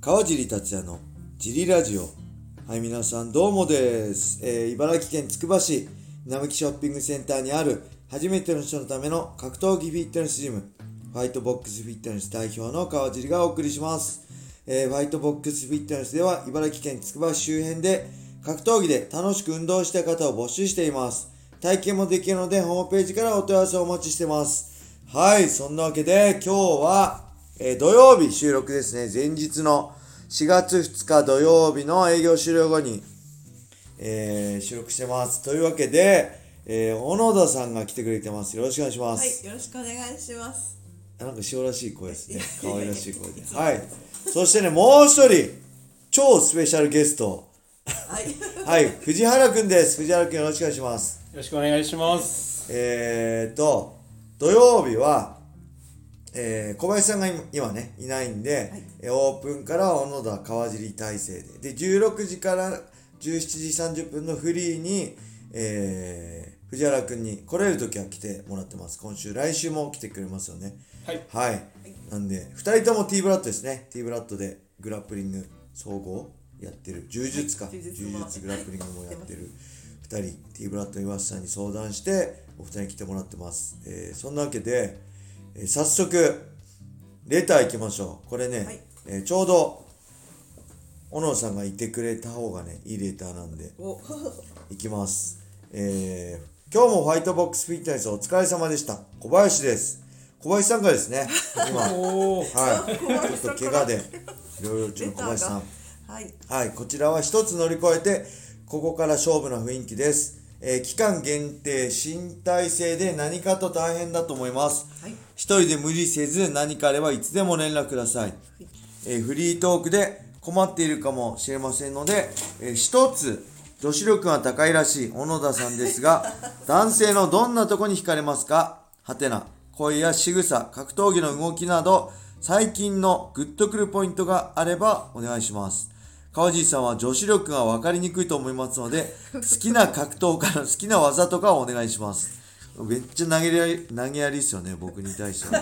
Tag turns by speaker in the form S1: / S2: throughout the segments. S1: 川尻達也のジリラジオはい皆さんどうもです、えー茨城県つくば市並木ショッピングセンターにある初めての人のための格闘技フィットネスジムファイトボックスフィットネス代表の川尻がお送りします、えーファイトボックスフィットネスでは茨城県つくば市周辺で格闘技で楽しく運動した方を募集しています体験もできるのでホームページからお問い合わせをお待ちしてますはいそんなわけで今日はえー土曜日収録ですね前日の4月2日土曜日の営業終了後に、えー収録してますというわけで、えー小野田さんが来てくれてますよろしくお願いします、
S2: はい、よろしくお願いします。
S1: あなんか塩らしい声です ね。可愛らしい声で。はい。そしてね、もう一人、超スペシャルゲスト。
S2: はい、
S1: はい、藤原くんです。藤原くんよろしくお願いします。
S3: よろしくお願いします。
S1: えーと、土曜日は、えー小林さんが今今ね、いないんで、えーオープンから小野田川尻体制で。で、16時から17時30分のフリーに、えー藤原くんに来れる時は来てもらってます。今週、来週も来てくれますよね。
S3: はい。
S1: はい。なんで、二人とも T ブラッドですね。T ブラッドでグラップリング総合やってる。柔術か。
S2: はい
S1: 柔
S2: 柔
S1: 術
S2: 術も
S1: グラップリングもやってる。二人、T ブラッド岩瀬さんに相談して、お二人に来てもらってます。えーそんなわけで、えー早速、レター行きましょう。これね、
S2: はい
S1: えーちょうど、小野さんがいてくれた方がね、いいレターなんで、
S2: お、
S1: いきます。えー、今日もホワイトボックスフィットネスお疲れ様でした。小林です。小林さんがです ね、今、はい、
S3: おお。
S1: ちょっと怪我で、いろいろうちの小林さん。
S2: はい、
S1: はい、こちらは一つ乗り越えて、ここから勝負の雰囲気です。えー期間限定、新体制で何かと大変だと思います。
S2: はい
S1: 一人で無理せず、何かあればいつでも連絡ください。えーフリートークで困っているかもしれませんので、えー一つ、女子力が高いらしい小野田さんですが、男性のどんなとこに惹かれますかはてな、声や仕草、格闘技の動きなど、最近のグッとくるポイントがあればお願いします。川尻さんは女子力が分かりにくいと思いますので、好きな格闘家の好きな技とかをお願いします。めっちゃ投げやり、投げやりっすよね、僕に対しては。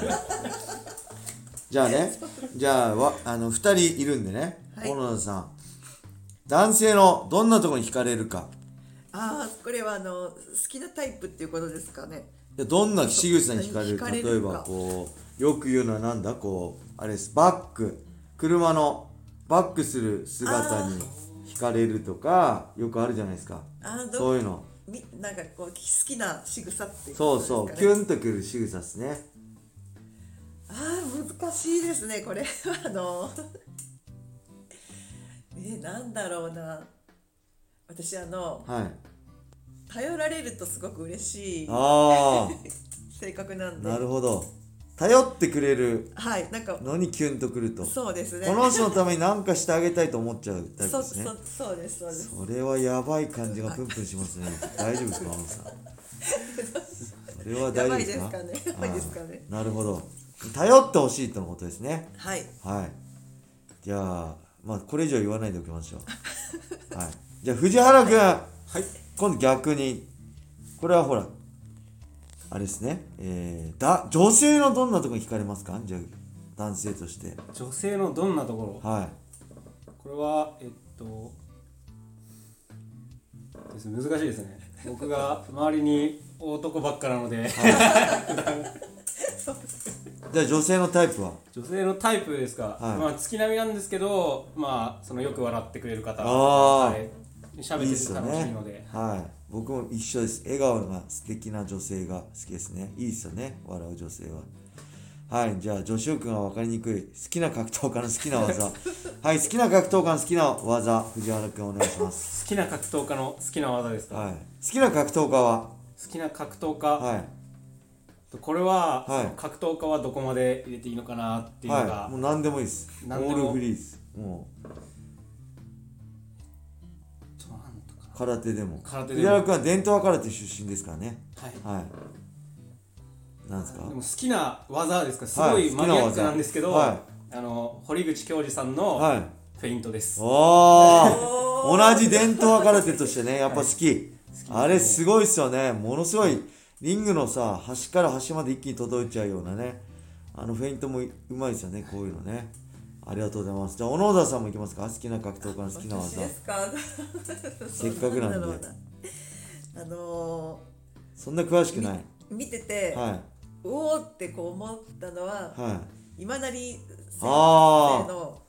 S1: じゃあ ね、じゃあわ、あの、二人いるんでね、
S2: はい
S1: 小野田さん。男性のどんなところに惹かれるか。
S2: ああ、これはあの、好きなタイプっていうことですかね。
S1: いやどんな仕草に惹かれる
S2: 惹かれるか
S1: 例えばこうよく言うのはなんだこうあれですバック車のバックする姿に惹かれるとかよくあるじゃないですか
S2: あーど
S1: そういうの
S2: み、なんかこう、好きな仕草っていう
S1: そう
S2: ことですか、
S1: そ
S2: ね。
S1: うキュンとくる仕草ですね
S2: ああ、難しいですね、これはあの。 え、なんだろうな。私あの、
S1: はい
S2: 頼られるとすごく嬉しい
S1: あ
S2: 性格なん
S1: あ
S2: で。
S1: なるほど頼ってくれる
S2: はい、なんか、
S1: のにキュンとくるとこ
S2: そうですね。
S1: の人のために何かしてあげたいと思っちゃうタイプ
S2: そ
S1: で
S2: う、
S1: すね
S2: そう、そうです、そうです。
S1: それはやばい感じがプンプンしますね大丈夫ですか天野さんそれは大
S2: や
S1: 丈
S2: ば
S1: 夫
S2: い
S1: で
S2: ですす
S1: か
S2: かね。やばいですかね。
S1: あーなるほど頼ってほしいとのことですね
S2: はい。
S1: はいじゃあまあこれ以上言わないでおきましょう はいじゃあ藤原君、
S3: はい。
S1: 今度逆にこれはほらあれですねえー、だ女性のどんなとこに惹かれますかじゃあ男性として
S3: 女性のどんなとこ
S1: は
S3: ろ。これは、えっと。です難しいですね。僕が周りに男ばっかなので。
S1: いじゃあ女性のタイプは
S3: 女性のタイプですか。
S1: はい
S3: まあ、月並みなんですけど、まあ、そのよく笑ってくれる方。
S1: あー
S3: はい。喋
S1: いいっ
S3: っ
S1: す
S3: て
S1: よ
S3: て
S1: ね
S3: 楽しいので。
S1: はい僕も一緒です笑顔が素敵な女性が好きですねいいっすよね笑う女性ははいじゃあ女子力が分かりにくい好きな格闘家の好きな 技はい好きな格闘家の好きな技藤原くんお願いします
S3: 好きな格闘家の好きな技ですか。
S1: はい好きな格闘家は
S3: 好きな格闘家。
S1: はい
S3: これは、
S1: はい
S3: その格闘家はどこまで入れていいのかなっていうのが、
S1: はいもう何でもいいですオ
S3: 何で
S1: ー
S3: も
S1: ルフリーですもう
S3: ちょっとなんとか
S1: 空手でも
S3: 空手でも
S1: 藤原くんは伝統空手出身ですからね
S3: はい
S1: はいなんですか
S3: でも好きな技ですかす
S1: は
S3: ご
S1: い
S3: いマニアックなんですけど、
S1: 好きな技は
S3: あの堀口教授さんの
S1: はい
S3: フェイントです、
S1: おー同じ伝統空手としてねやっぱ好き、あれすごいっすよねものすごいリングのさ端から端まで一気に届いちゃうようなねあのフェイントもうまいですよねこういうのねありがとうございますじゃあ小野田さんもいきますか好きな格闘家の好きな
S2: 私
S1: 技
S2: ですか
S1: せっかくなんで
S2: そうだろうなあの
S1: そんな詳しくない
S2: ー、見てて、
S1: は
S2: うおーってこう思ったのは、
S1: いはい
S2: 今なり先生
S1: あー
S2: の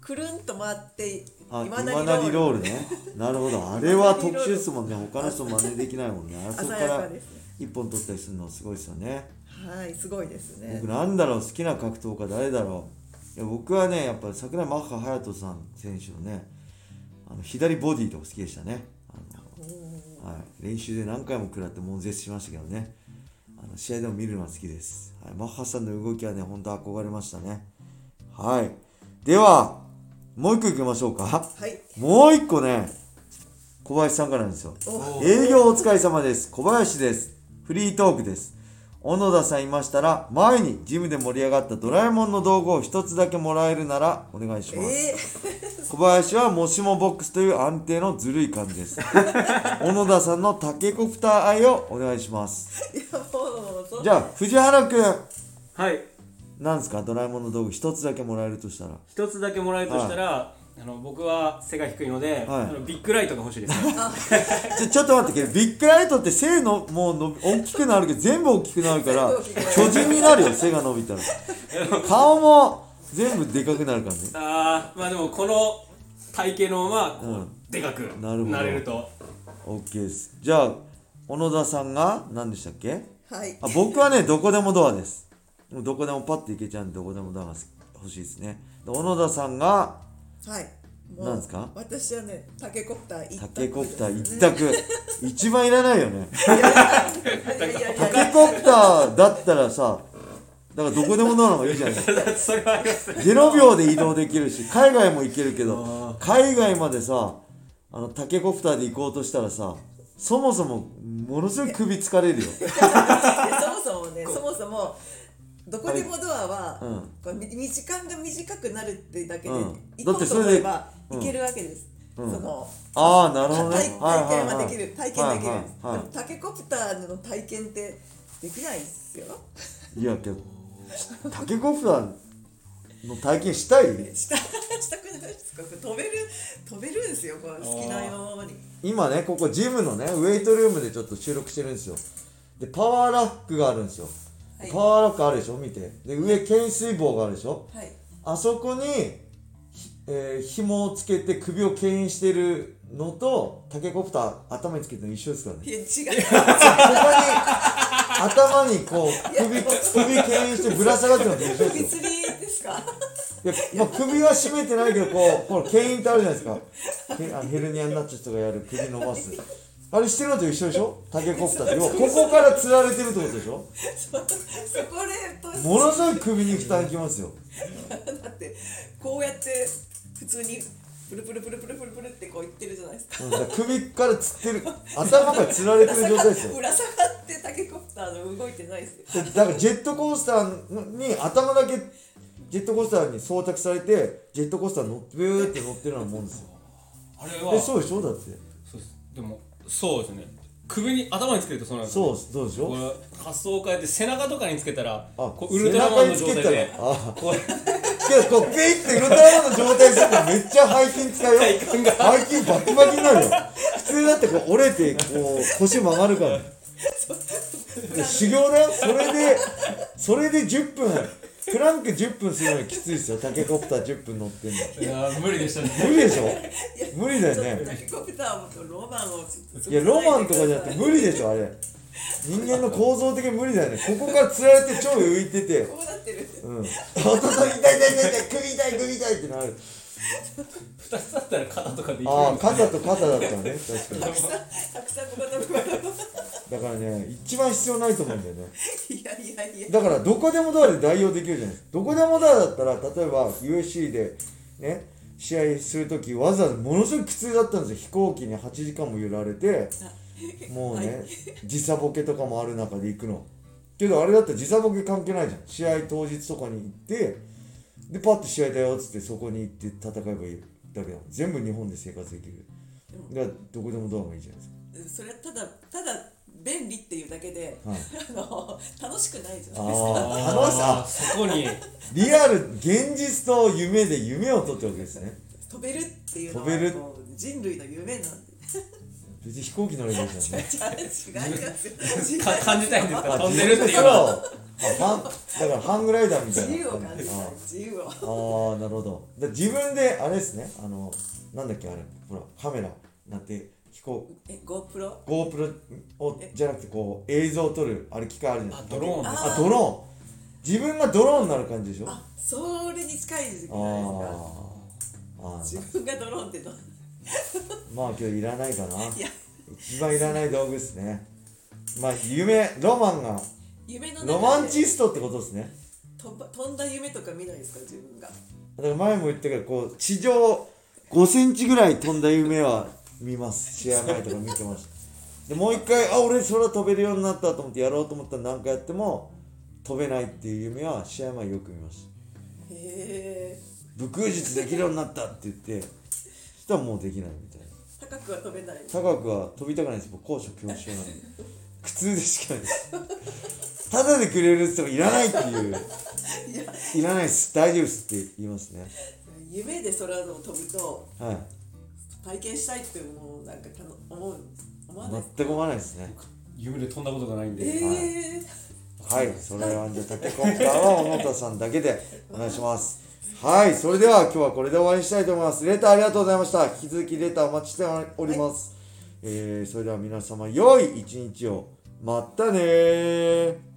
S2: くるんと回って
S1: あ
S2: 今
S1: 今なりロールねなるほどあれは特殊ですもんね他の人真似できないもんねあそこか
S2: 鮮やからですね
S1: 一本取ったりするのすごいですよね
S2: はいすごいですね
S1: 僕なんだろう好きな格闘家誰だろういや僕はねやっぱり桜井マッハ隼人さん選手のねあの左ボディとか好きでしたねあの、はい、練習で何回も食らって悶絶しましたけどねあの試合でも見るのは好きです、はい、マッハさんの動きはね本当憧れましたねはいではもう一個いきましょうか
S2: はい
S1: もう一個ね、小林さんからなんですよ。
S2: お
S1: 営業お疲れ様です。小林です。フリートークです。小野田さんいましたら、前にジムで盛り上がったドラえもんの道具を一つだけもらえるならお願いします。
S2: え
S1: 小林はもしもボックスという安定のずるい感じです。 小野田さんのタケコプター愛をお願いします。
S2: ー、いやもうそ
S1: じゃあ、藤原くん、
S3: はい
S1: なんですかドラえもんの道具一つだけもらえるとしたら。
S3: 一つだけもらえるとしたら、あの僕は背が低いので、
S1: はい
S3: あのビッグライトが欲しいです ね
S1: ちょちょっと待ってけどビッグライトって背のもうの大きくなるけど全部大きくなるから
S2: 全部大きくなる
S1: 巨人になるよ背が伸びたら顔も全部でかくなるからね
S3: あーまあでもこの体型のままこう、
S1: うん
S3: でかく
S1: なるほど
S3: なれると
S1: OK ですじゃあ小野田さんが何でしたっけ
S2: うはい
S1: あ僕はねどこでもドアですもうどこでもパッていけちゃうんでどこでもドアが欲しいですねで小野田さんが
S2: はいもう
S1: なんですか
S2: 私はねタケコプター一
S1: タ
S2: 択
S1: ケコプター一
S2: ですね
S1: 択一番いらないよね
S2: いやいやいやい
S1: タ
S2: や
S1: ケコプターだったらさだからどこでもドアの方がいいじゃない
S3: それはありますね
S1: 0秒で移動できるし海外も行けるけ
S3: あ
S1: ど海外までさあのタケコプターで行こうとしたらさそもそもものすごい首疲れるよ
S2: そもそもねそもそもどこでもドアは、
S1: うん
S2: こうみ時間が短くなるってだけで、
S1: うんだ
S2: 行こ
S1: って
S2: う
S1: そ
S2: と
S1: れ
S2: 思
S1: で
S2: えば行けるわけです、
S1: うん
S2: その
S1: ああなるほどね
S2: 体体験はできる、体験できる、
S1: はいはいは
S2: でもタケコプターの体験ってできないですよ
S1: い、いやけどタケコプターの体験したい
S2: したしたくないですか飛べる飛べるんですよこう好きなように
S1: 今ねここジムのねウェイトルームでちょっと収録してるんですよでパワーラックがあるんですよ、
S2: はい
S1: パワーラックあるでしょ見てで上懸垂棒があるでしょ、
S2: はい
S1: あそこに、ひえー、紐をつけて首を牽引してるのとタケコプター頭につけてるの一緒ですからね
S2: いや違 う
S1: ここに頭にこう首首牽引してぶら下がってるのと一緒ですよ
S2: 釣りですか
S1: いや、まあ、首は締めてないけどこうほら牽引ってあるじゃないですかヘあのヘルニアになっちゃう人がやる首伸ばすあれしてるのと一緒でしょタケコプターって要はここから釣られてるってことでしょ
S2: そこでと
S1: ものすごい首に負担きますよ
S2: だってこうやって普通にプルプルプルプルプルプルってこう言ってるじゃないですか。
S1: うんだから首から釣ってる頭から釣られてる状態ですよ
S2: ぶら下がってタケコプターの動いてないですよ。
S1: でだからジェットコースターに頭だけジェットコースターに装着されてジェットコースターに乗ってビューって乗ってるようなもんですよ
S3: あれは
S1: え
S3: そう
S1: そうでしょだって
S3: ですでもそうですね首に頭につけるとそうなんです
S1: そう
S3: よ
S1: ですどうでし
S3: こ
S1: ょ
S3: れ発想を変えて背中とかにつけたら
S1: あ
S3: こうウルトラマンの
S1: 背
S3: 状
S1: 中に
S3: 態
S1: つけたら
S3: で
S1: あ
S3: こう
S1: けどこうピッてウルトラマンの状態にするとめっちゃ背筋使うよ
S3: 体幹が
S1: 背筋バキバキになるよ普通だってこう折れてこう腰曲がるからで修行だよそれでそれで10分クランク10分するのにきついですよタケコプター10分乗ってんの
S3: いやー無理でしたね
S1: 無理でしょ無理だよね
S2: タケコプターもちょっとロマンをちょっ
S1: いやロマンとかじゃなくて無理でしょあれ人間の構造的に無理だよねここからつられて超浮いてて
S2: こうなってる。
S1: うん弟さん痛い痛い痛い痛い首痛い首痛いってなる
S3: 2つだったら肩とかでいける
S1: ああ肩と肩だったらね確かに
S2: たくさんここのこ
S1: だからね一番必要ないと思うんだよね
S2: いやいやいや。
S1: だからどこでもドアで代用できるじゃないですかどこでもドアだったら例えば UFC でね試合する時わざわざものすごく苦痛だったんですよ飛行機に8時間も揺られてもうね、時差ボケとかもある中で行くのけどあれだったら時差ボケ関係ないじゃん試合当日とかに行ってでパッと試合だよっつってそこに行って戦えばいいだけだ全部日本で生活できるだからどこでもドアもいいじゃないですか
S2: それはただただ便利っていうだけで、
S1: はい
S2: あの楽しくないじゃないですか。
S1: ああ楽しさ
S3: あーそこに
S1: リアル現実と夢で夢を取ってるわけですね
S2: 飛べるっていうのは
S1: 飛べる
S2: もう人類の夢なんで
S1: 別に飛行機乗ればいいじゃんね
S2: 違う違いますよ
S3: か感じたいんですか
S1: あ
S3: 飛んでるっていう
S1: 自分の空をあフンだからハングライダーみたいな
S2: 自由を感じたい
S1: あ
S2: 自由を
S1: あーなるほどで自分であれですねあのなんだっけあれほらカメラなんて飛行
S2: え GoPro?
S1: GoPro をじゃなくてこう映像を撮るあれ機械あるじゃない
S3: あドローン
S1: あドローン自分がドローンになる感じでしょあ
S2: あそれに近い時期じゃ
S1: あ
S2: ないですか
S1: あー
S2: 自分がドローンってどう
S1: まあ今日いらないかない
S2: や
S1: 一番いらない道具ですねまあ夢ロマンが
S2: 夢の中で
S1: ロマンチストってことですね
S2: 飛ば飛んだ夢とか見ないですか自分が
S1: だから前も言ったけどこう地上5センチぐらい飛んだ夢は見ます試合前とか見てま したでもう一回あ俺空飛べるようになったと思ってやろうと思ったら何回やっても飛べないっていう夢は試合前よく見ました
S2: へえ
S1: 武空術できるようになったって言ってそしたらもうできないみたいな
S2: 高くは飛べない
S1: 高くは飛びたくないです僕高所恐怖症なんで苦痛でしかない ですただでくれるっつってもいらないっていう
S2: いや
S1: いらないです大丈夫ですって言いますね
S2: 夢で空を飛ぶと
S1: はい
S2: 体験したいってもうなんかたの思う思わないです
S1: 全く思わないですね
S3: 夢で飛んだことがないんで、
S2: ええ
S1: はい、それはじゃあ、立て今回は小野田さんだけでお願いします。はい、それでは今日はこれで終わりにしたいと思います。レターありがとうございました。引き続きレターお待ちしております。えー、それでは皆様、良い一日を。またねー。